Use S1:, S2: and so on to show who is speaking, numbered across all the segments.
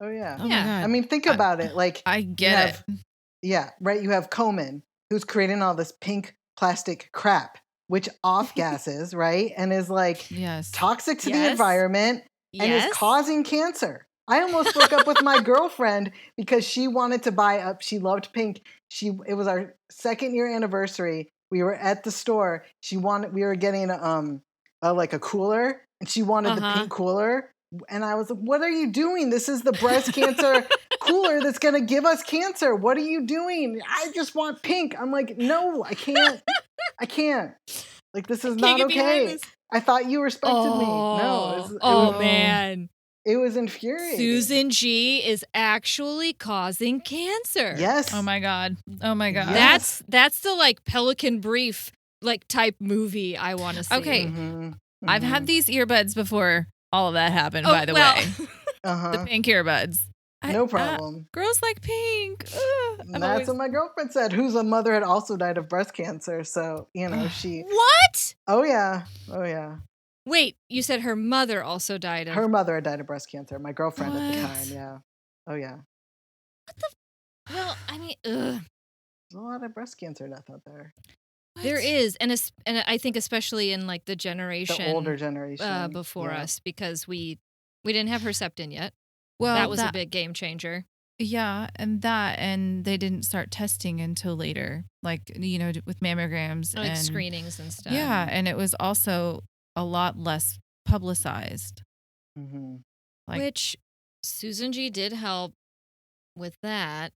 S1: Oh yeah.
S2: Oh
S3: Yeah.
S2: my
S1: I
S2: god.
S1: mean, think about it. Like
S3: I
S1: you
S3: get
S1: have- Yeah, right. You have Komen, who's creating all this pink plastic crap, which off gases, right? And is like
S3: it. Yes.
S1: toxic to the
S2: Yes.
S1: environment and
S2: yes.
S1: is causing cancer. I almost broke up with my girlfriend because she wanted to buy up. She loved pink. She it was our second year anniversary. We were at the store. She wanted we were getting um a, like a cooler and she wanted the
S2: Uh-huh.
S1: pink cooler and I was like, "What are you doing? This is the breast cancer cooler that's going to give us cancer. What are you doing? I just want pink." I'm like, "No, I can't. I can't. Like this is
S2: Can't
S1: not
S2: get behind
S1: okay.
S2: this.
S1: I thought you respected
S2: oh,
S1: me. No, it was- it
S2: oh
S1: was-
S2: man,
S1: it was infuriating.
S2: Susan G is actually causing cancer.
S1: Yes.
S3: Oh my god. Oh my god.
S1: Yeah.
S2: That's that's the like Pelican Brief like type movie I want to see.
S3: Okay,
S1: Mhm.
S3: I've had these earbuds before all of that happened,
S2: Mm. Oh,
S3: by the
S2: well,
S3: way. The
S1: uh-huh.
S3: pink earbuds. I-
S1: no
S3: uh,
S1: problem.
S3: girls like pink. Ugh.
S2: Mm,
S3: I'm
S1: That's
S3: always-
S1: what my girlfriend said, whose a mother had also died of breast cancer. So, you know, she,
S2: What?
S1: oh yeah, oh yeah.
S2: Wait, you said her mother also died of
S1: Her mother had died of breast cancer, my girlfriend at the
S3: What?
S1: time. Yeah. Oh yeah.
S2: Well, I mean,
S1: There's
S2: ugh,
S1: a lot of breast cancer death out there.
S2: there
S3: What?
S2: is, and es- and I think especially in like the generation
S1: The older generation.
S2: uh, before
S1: yeah.
S2: us because we we didn't have Herceptin yet.
S3: Well,
S2: that was a big game changer.
S3: Yeah, and that, and they didn't start testing until later, like you know, with mammograms
S2: Oh, Like
S3: and
S2: screenings and stuff.
S3: Yeah, and it was also a lot less publicized.
S1: Mhm.
S3: Like,
S2: which Susan G did help with that.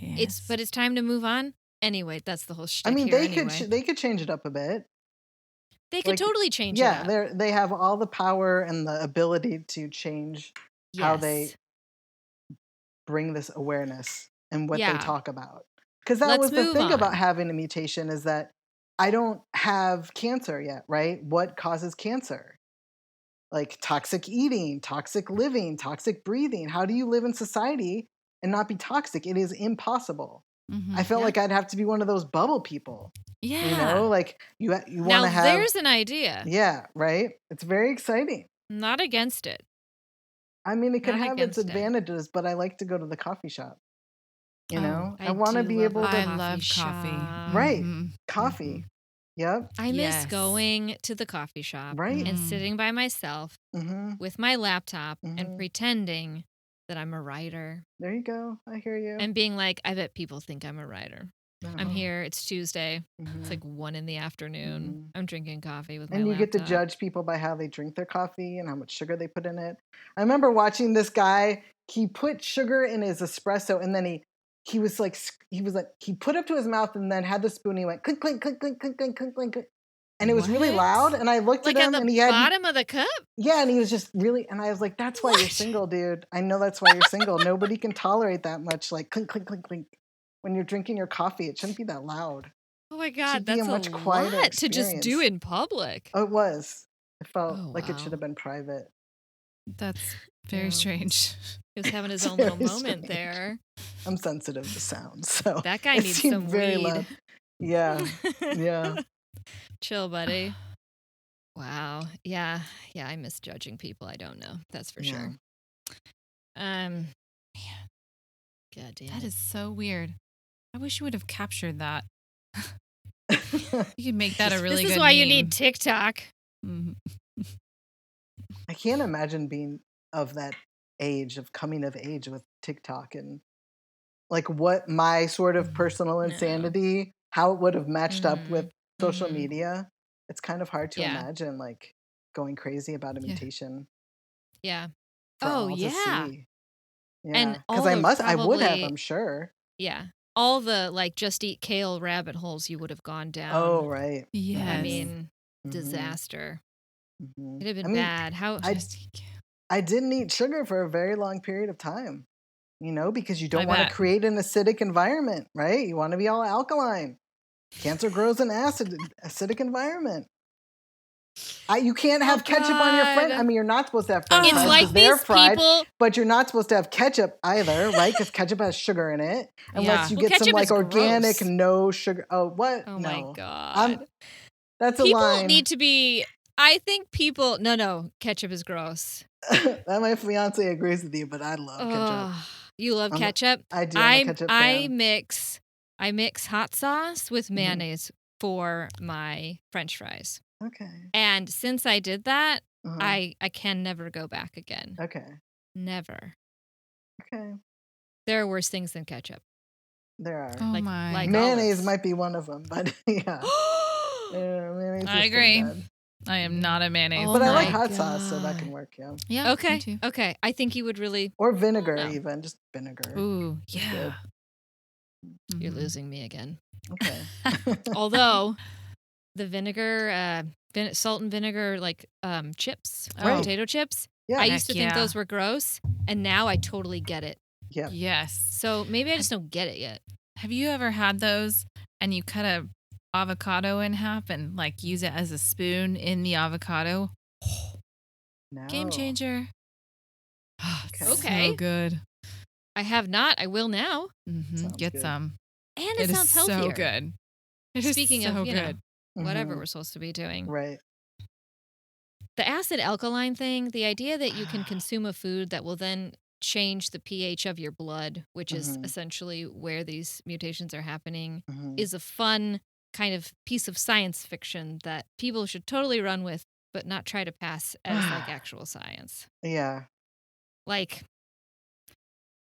S2: It's
S3: yes.
S2: but it's time to move on. Anyway, that's the whole shtick.
S1: I mean,
S2: here
S1: they
S2: anyway.
S1: could ch- they could change it up a bit.
S2: they could
S1: like,
S2: totally change.
S1: yeah,
S2: it up.
S1: they they have all the power and the ability to change, how they-
S2: Yes.
S1: bring this awareness and what
S2: Yeah.
S1: they talk about. Because that
S2: Let's
S1: was the
S2: move
S1: thing
S2: on.
S1: about having a mutation is that I don't have cancer yet, right? What causes cancer? Like toxic eating, toxic living, toxic breathing. How do you live in society and not be toxic? It is impossible.
S3: Mhm.
S1: I felt
S2: Mm, Yeah.
S1: like I'd have to be one of those bubble people,
S3: yeah.
S1: you know? Like you ha- you want
S2: Now
S1: to have
S2: there's an idea.
S1: Yeah, right? It's very exciting.
S2: Not against it.
S1: I mean, it could
S2: Not
S1: have its
S2: against it.
S1: advantages, but I like to go to the coffee shop. You
S3: Oh,
S1: know, I,
S2: I
S1: want to
S2: do
S1: be
S2: love
S1: able
S2: a
S1: to
S3: I
S2: coffee
S3: love
S2: shop.
S3: coffee.
S1: Right.
S3: Mhm.
S1: coffee.
S2: Mm-hmm.
S1: Yep.
S2: I miss
S3: Yes.
S2: going to the coffee shop
S1: Right.
S2: and
S3: Mm.
S2: sitting by myself
S1: hmm
S2: with my laptop
S1: Mhm.
S2: and pretending that I'm a writer
S1: There you go. I hear you.
S2: and being like, I bet people think I'm a writer. I'm
S1: Mhm.
S2: here. It's Tuesday. It's
S1: Mhm.
S2: like one in the afternoon.
S1: Mhm.
S2: I'm drinking coffee with my
S1: and you get to
S2: laptop.
S1: judge people by how they drink their coffee and how much sugar they put in it. I remember watching this guy. He put sugar in his espresso, and then he he was like sc- he was like he put up to his mouth, and then had the spoon. And he went clink clink clink clink clink clink clink clink, clink, and it was really
S3: What?
S1: loud. And I looked
S2: Like
S1: at
S2: at
S1: him,
S2: the
S1: and he had
S2: bottom of the cup.
S1: yeah, and he was just really. And I was like, "That's why you're
S2: What?
S1: single, dude. I know that's why you're single. Nobody can tolerate that much like clink clink clink clink when you're drinking your coffee. It shouldn't be that loud."
S2: Oh my god,
S1: be a
S2: that's a,
S1: much
S2: lot
S1: quieter
S2: to just do
S1: experience.
S2: in public.
S1: Oh, it was. It felt
S2: Oh,
S1: like it
S2: wow.
S1: should have been private.
S3: Mm-hmm. That's very
S2: Yeah.
S3: strange.
S2: He was having his
S1: it's
S2: own little
S1: very
S2: moment
S1: strange.
S2: there.
S1: I'm sensitive to sound, so
S2: That guy
S1: it
S2: needs
S1: seemed
S2: some
S1: very
S2: weed.
S1: loud. Yeah, yeah.
S2: Chill, buddy. Wow. Yeah. Yeah, I miss judging people I don't know. That's for
S1: Yeah.
S2: sure. Um man. God damn.
S3: That
S2: it.
S3: is so weird. I wish you would have captured that. You could make that a really
S2: This
S3: good
S2: is why you
S3: meme.
S2: need TikTok.
S3: Mhm.
S1: I can't imagine being of that age of coming of age with TikTok and like what my sort
S2: Mm-hmm.
S1: of personal
S2: No.
S1: insanity, how it would have matched up
S2: Mhm.
S1: with social
S2: Mhm.
S1: media. It's kind of hard to
S2: Yeah.
S1: imagine like going crazy about a
S3: Yeah.
S1: mutation.
S2: Yeah.
S1: For
S2: Oh,
S1: all
S2: yeah.
S1: to see.
S2: And
S1: Yeah, because
S2: all
S1: I
S2: those
S1: must, I would have,
S2: probably-
S1: I'm sure.
S2: Yeah. All the like just eat kale rabbit holes you would have gone down.
S1: oh, right.
S3: Yes.
S2: I mean,
S1: Mhm,
S2: um, disaster.
S1: mhm.
S2: It'd have been
S1: I mean,
S2: bad. How
S1: I-
S3: Just-
S1: I didn't eat sugar for a very long period of time, you know, because you don't
S3: I
S1: want to
S3: bet.
S1: create an acidic environment, right? You want to be all alkaline. Cancer grows in acid acidic environment. I, you can't
S2: Oh,
S1: have ketchup on your friend.
S2: God.
S1: I mean, you're not supposed to have French
S3: It's
S1: fries.
S2: it's
S1: 'cause
S2: like
S1: they're
S2: these
S1: fried,
S2: people.
S1: but you're not supposed to have ketchup either, right? Because ketchup has sugar in it, unless
S3: Yeah.
S1: you
S2: Well,
S1: get some
S2: ketchup
S1: like
S2: is
S1: organic,
S2: gross.
S1: no sugar. Oh, what? no,
S2: Oh my god.
S1: I'm- that's a
S2: people
S1: line.
S2: need to be I think people. No, no, ketchup is gross.
S1: that my fiance agrees with you, but I love ketchup.
S2: Ugh, you love
S1: I'm a-
S2: ketchup.
S1: I do. I'm a
S2: I
S1: ketchup
S2: I
S1: fan. Mm-hmm.
S2: mix I mix hot sauce with mayonnaise for my French fries.
S1: okay.
S2: And since I did that,
S1: Uh-huh.
S2: I I can never go back again.
S1: okay.
S2: Never.
S1: Okay.
S2: There are worse things than ketchup.
S1: There are.
S3: Oh
S2: Like-
S3: my.
S2: like-
S1: mayonnaise
S2: olives.
S1: might be one of them, but yeah. yeah mayonnaise is pretty
S3: I agree.
S1: bad.
S3: I am not a mayonnaise.
S2: Oh
S1: but I
S2: my
S1: like hot sauce, so that
S3: God.
S1: can work. Yeah.
S3: Yeah. me
S2: okay.
S3: too.
S2: Okay. I think you would really
S1: Or vinegar,
S2: No.
S1: even just vinegar.
S3: Ooh.
S1: good.
S3: Yeah.
S2: you're
S3: Mhm.
S2: losing me again.
S1: Okay.
S2: Although the vinegar uh vin- salt and vinegar like um chips, uh,
S1: Right.
S2: potato chips.
S1: Yeah.
S2: I used to
S3: Oh. Heck
S2: think
S3: yeah.
S2: those were gross and now I totally get it.
S1: yeah.
S3: Yes.
S2: So maybe I just don't get it yet.
S3: Have you ever had those and you cut a avocado in half and like use it as a spoon in the avocado?
S1: No.
S3: Game changer. Oh, it's
S2: Okay.
S3: So good.
S2: I have not. I will now.
S3: hmm
S1: Sounds
S3: Get
S1: good.
S3: some.
S2: And it,
S3: It is
S2: sounds healthier.
S3: so good. It is
S2: Speaking of,
S3: so
S2: you know,
S3: good.
S2: Whatever
S1: Mhm.
S2: we're supposed to be doing.
S1: Right.
S2: The acid alkaline thing, the idea that you can consume a food that will then change the pH of your blood, which is
S1: Mhm.
S2: essentially where these mutations are happening,
S1: Mhm.
S2: is a fun kind of piece of science fiction that people should totally run with, but not try to pass as like actual science.
S1: yeah.
S2: Like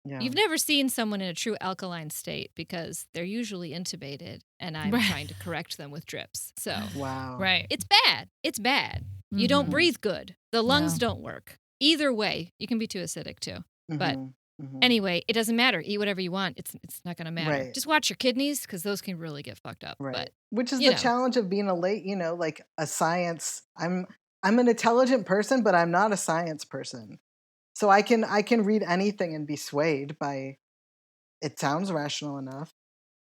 S1: Yeah.
S2: You've never seen someone in a true alkaline state because they're usually intubated, and I'm
S3: Right.
S2: trying to correct them with drips. So
S1: wow.
S3: right. Mm-hmm.
S2: it's bad. It's bad. You
S1: Mhm.
S2: don't breathe good. The lungs
S3: No.
S2: don't work. Either way, you can be too acidic too. but
S1: Mhm. Mhm.
S2: Anyway, it doesn't matter. Eat whatever you want. It's it's not gonna matter.
S1: Right.
S2: Just watch your kidneys because those can really get fucked up.
S1: right
S2: But
S1: which is the
S2: you know.
S1: challenge of being a late you know like a science i'm i'm an intelligent person but i'm not a science person so i can i can read anything and be swayed by it sounds rational enough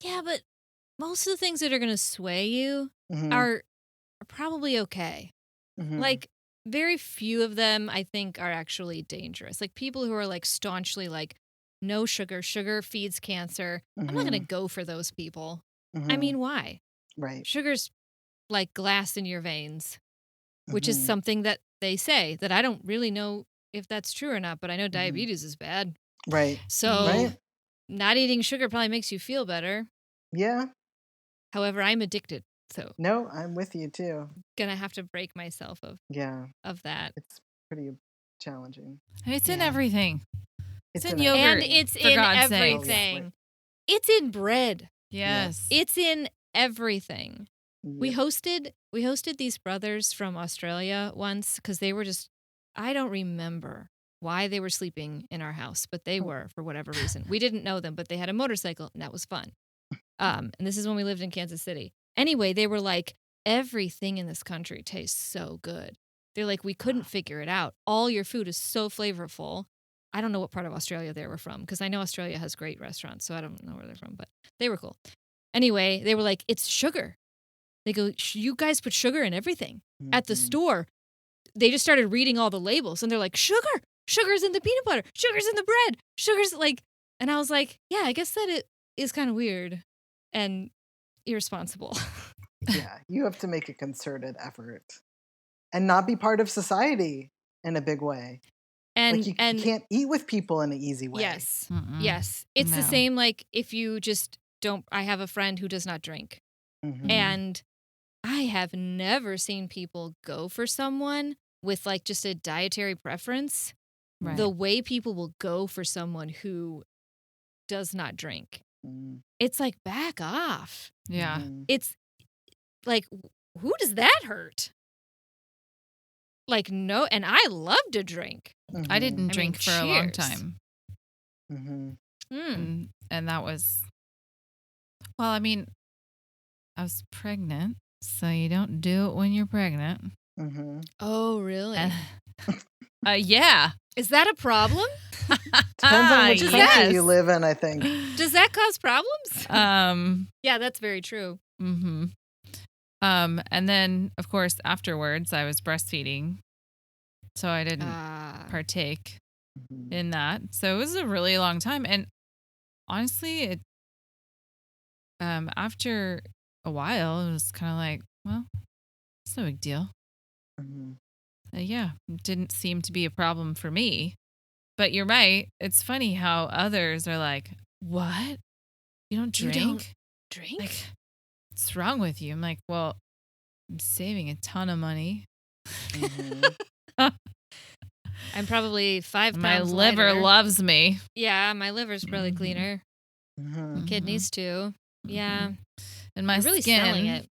S2: yeah, but most of the things that are gonna sway you
S1: Mhm,
S2: are are probably okay.
S1: mhm.
S2: Like very few of them I think are actually dangerous. Like people who are like staunchly like no sugar, sugar feeds cancer. I'm not going to
S1: Mhm,
S2: go for those people. I
S1: mhm,
S2: mean, why?
S1: right
S2: Sugar's like glass in your veins, which is
S3: Mm-hmm.
S1: mhm.
S2: something that they say that I don't really know if that's true or not, but I know
S3: Mm-hmm.
S2: diabetes is bad.
S1: right
S2: So
S1: Right.
S2: not eating sugar probably makes you feel better.
S1: yeah
S2: However, I'm addicted, so
S1: no i'm with you too
S2: going to have to break myself of
S1: yeah
S2: of that.
S1: it's pretty challenging
S3: And it's in
S2: Yeah.
S3: everything. It's in
S1: in
S3: yogurt.
S1: everything.
S2: and it's
S3: Oh, for
S2: in
S3: God's sake.
S2: everything. It's in bread.
S1: Yes.
S3: Yes.
S2: It's in everything. We
S1: Yep.
S2: hosted we hosted these brothers from Australia once because they were just I don't remember why they were sleeping in our house, but they were for whatever reason. We didn't know them, but they had a motorcycle and that was fun. Um, and this is when we lived in Kansas City. Anyway, they were like, everything in this country tastes so good. They're like, we couldn't figure it out. All your food is so flavorful. I don't know what part of Australia they were from because I know Australia has great restaurants, so I don't know where they're from, but they were cool. Anyway, they were like, it's sugar. They go, "Sh- you guys put sugar in everything at the
S1: Mhm.
S2: store, they just started reading all the labels and they're like, sugar, sugar's in the peanut butter, sugar's in the bread, sugar's like, and I was like, yeah, I guess that it is kind of weird and irresponsible.
S1: yeah you have to make a concerted effort and not be part of society in a big way
S2: And,
S1: like you,
S2: and
S1: you can't eat with people in an easy way
S2: yes,
S3: Mm-mm.
S2: yes, it's the
S3: Mm-hmm. No.
S2: same like if you just don't, I have a friend who does not drink
S1: Mhm.
S2: and I have never seen people go for someone with like just a dietary preference
S3: Right.
S2: the way people will go for someone who does not drink
S1: Mm,
S2: it's like back off
S3: yeah.
S1: mhm.
S2: it's like wh- who does that hurt like no and i love to drink
S3: I
S1: Mhm,
S3: didn't
S2: mean,
S3: drink for a long
S2: cheers.
S3: time.
S1: mhm.
S2: Mm.
S3: and and that was well i mean i was pregnant so you don't do it when you're pregnant
S1: Mhm.
S2: oh really
S3: And- uh, yeah
S2: is that a problem
S1: Depends on
S3: Ah,
S1: which country you live in, I think.
S2: does that cause problems
S3: um
S2: yeah that's very true
S3: hmm um and then of course afterwards i was breastfeeding so i didn't
S2: Ah.
S3: partake
S1: Mhm.
S3: in that so it was a really long time and honestly it um after a while it was kind of like well it's no big deal
S1: Mhm.
S3: Uh, yeah, it didn't seem to be a problem for me. But you're right. It's funny how others are like, "What? You don't
S2: You
S3: drink?
S2: don't Drink?
S3: Like, what's wrong with you?" I'm like, "Well, I'm saving a ton of money.
S1: Mhm.
S2: I'm probably five
S3: My
S2: pounds
S3: liver
S2: lighter.
S3: loves me.
S2: Yeah, my liver's probably
S3: Mhm.
S2: cleaner.
S1: Mhm.
S2: Kidneys too. Yeah,
S3: and my
S2: You're really
S3: skin.
S2: selling it.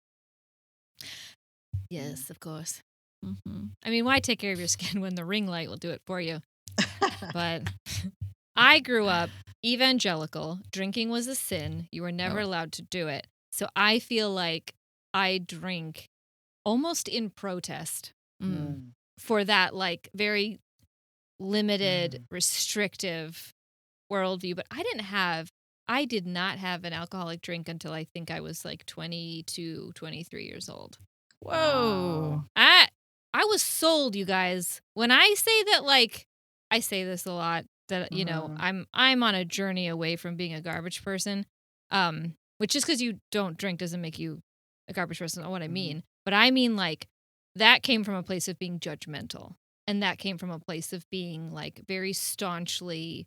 S2: Yes, of course.
S3: Mhm.
S2: I mean, why take care of your skin when the ring light will do it for you? But I grew up evangelical. Drinking was a sin. You were never
S3: Oh.
S2: allowed to do it. So I feel like I drink almost in protest
S3: Mm.
S1: Mm.
S2: for that like very limited, restrictive worldview. But I didn't have, I did not have an alcoholic drink until I think I was like 22, 23 years old.
S3: Whoa.
S2: I I was sold, you guys. When I say that, like, I say this a lot that you know
S1: Mhm.
S2: I'm I'm on a journey away from being a garbage person, um, which just because you don't drink doesn't make you a garbage person. Not what I
S1: Mhm.
S2: mean, but I mean like that came from a place of being judgmental, and that came from a place of being like very staunchly,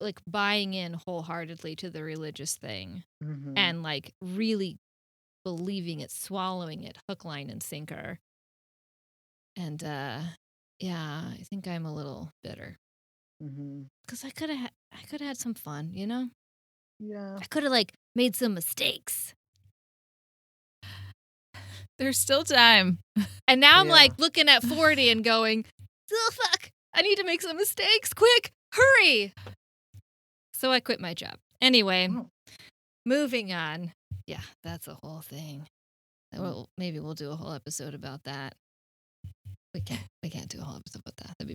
S2: like buying in wholeheartedly to the religious thing
S1: Mhm.
S2: and like really believing it, swallowing it, hook, line, and sinker. And uh yeah, I think I'm a little bitter
S1: Mhm.
S2: because I could have I could have had some fun, you know.
S1: Yeah.
S2: I could have like made some mistakes,
S3: There's still time.
S2: and now I'm
S1: Yeah.
S2: like looking at forty and going, oh, "Fuck, I need to make some mistakes. Quick, hurry!" So I quit my job. Anyway,
S1: Oh.
S2: moving on. Yeah, that's a whole thing.
S1: Mm.
S2: Well, maybe we'll do a whole episode about that. We can't. We can't do a whole episode about that. That'd be